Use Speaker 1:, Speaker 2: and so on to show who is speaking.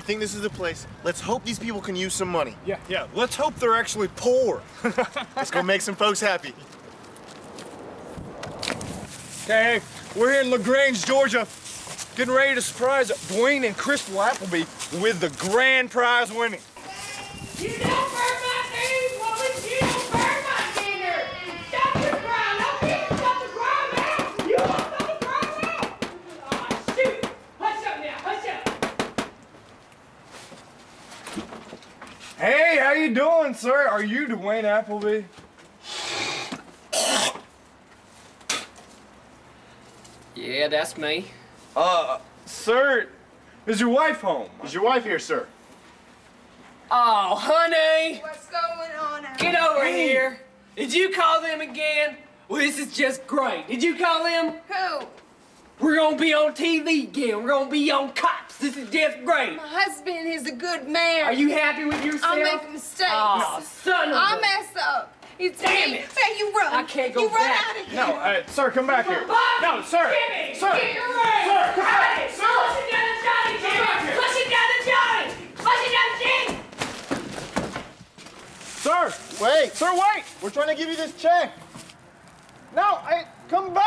Speaker 1: think this is the place. Let's hope these people can use some money.
Speaker 2: Yeah, yeah. Let's hope they're actually poor.
Speaker 1: Let's go make some folks happy.
Speaker 2: Okay, we're here in LaGrange, Georgia, getting ready to surprise Dwayne and Crystal Appleby with the grand prize winning.
Speaker 3: You don't burn my food, woman! You don't burn my dinner! Stop the grind! I'll get stop the grind now! You won't stop the grind now! Aw, shoot! Hush up now, hush up!
Speaker 2: Hey, how you doing, sir? Are you Dwayne Appleby?
Speaker 4: Yeah, that's me.
Speaker 2: Uh, sir, is your wife home?
Speaker 1: Is your wife here, sir?
Speaker 4: Oh, honey!
Speaker 5: What's going on out
Speaker 4: Get over here! Did you call them again? Well, this is just great. Did you call them?
Speaker 5: Who?
Speaker 4: We're gonna be on TV again. We're gonna be on cops. This is just great.
Speaker 5: My husband is a good man.
Speaker 4: Are you happy with yourself?
Speaker 5: I make mistakes.
Speaker 4: Aw, son of
Speaker 5: I
Speaker 4: a-
Speaker 5: mess up. It's
Speaker 4: Damn
Speaker 5: me.
Speaker 4: it.
Speaker 5: Say you run.
Speaker 4: I can't go
Speaker 5: You run
Speaker 4: back.
Speaker 5: out of here.
Speaker 2: No, uh, sir, come back here. No, sir,
Speaker 3: Jimmy! Get
Speaker 2: sir.
Speaker 3: your ring!
Speaker 2: Sir, come
Speaker 3: Hey, Push it down to Johnny, Jimmy! Push it down to Johnny! Push it down to Jimmy!
Speaker 2: Sir,
Speaker 1: Wait,
Speaker 2: sir, wait.
Speaker 1: we're trying to give you this check.
Speaker 2: No, I, come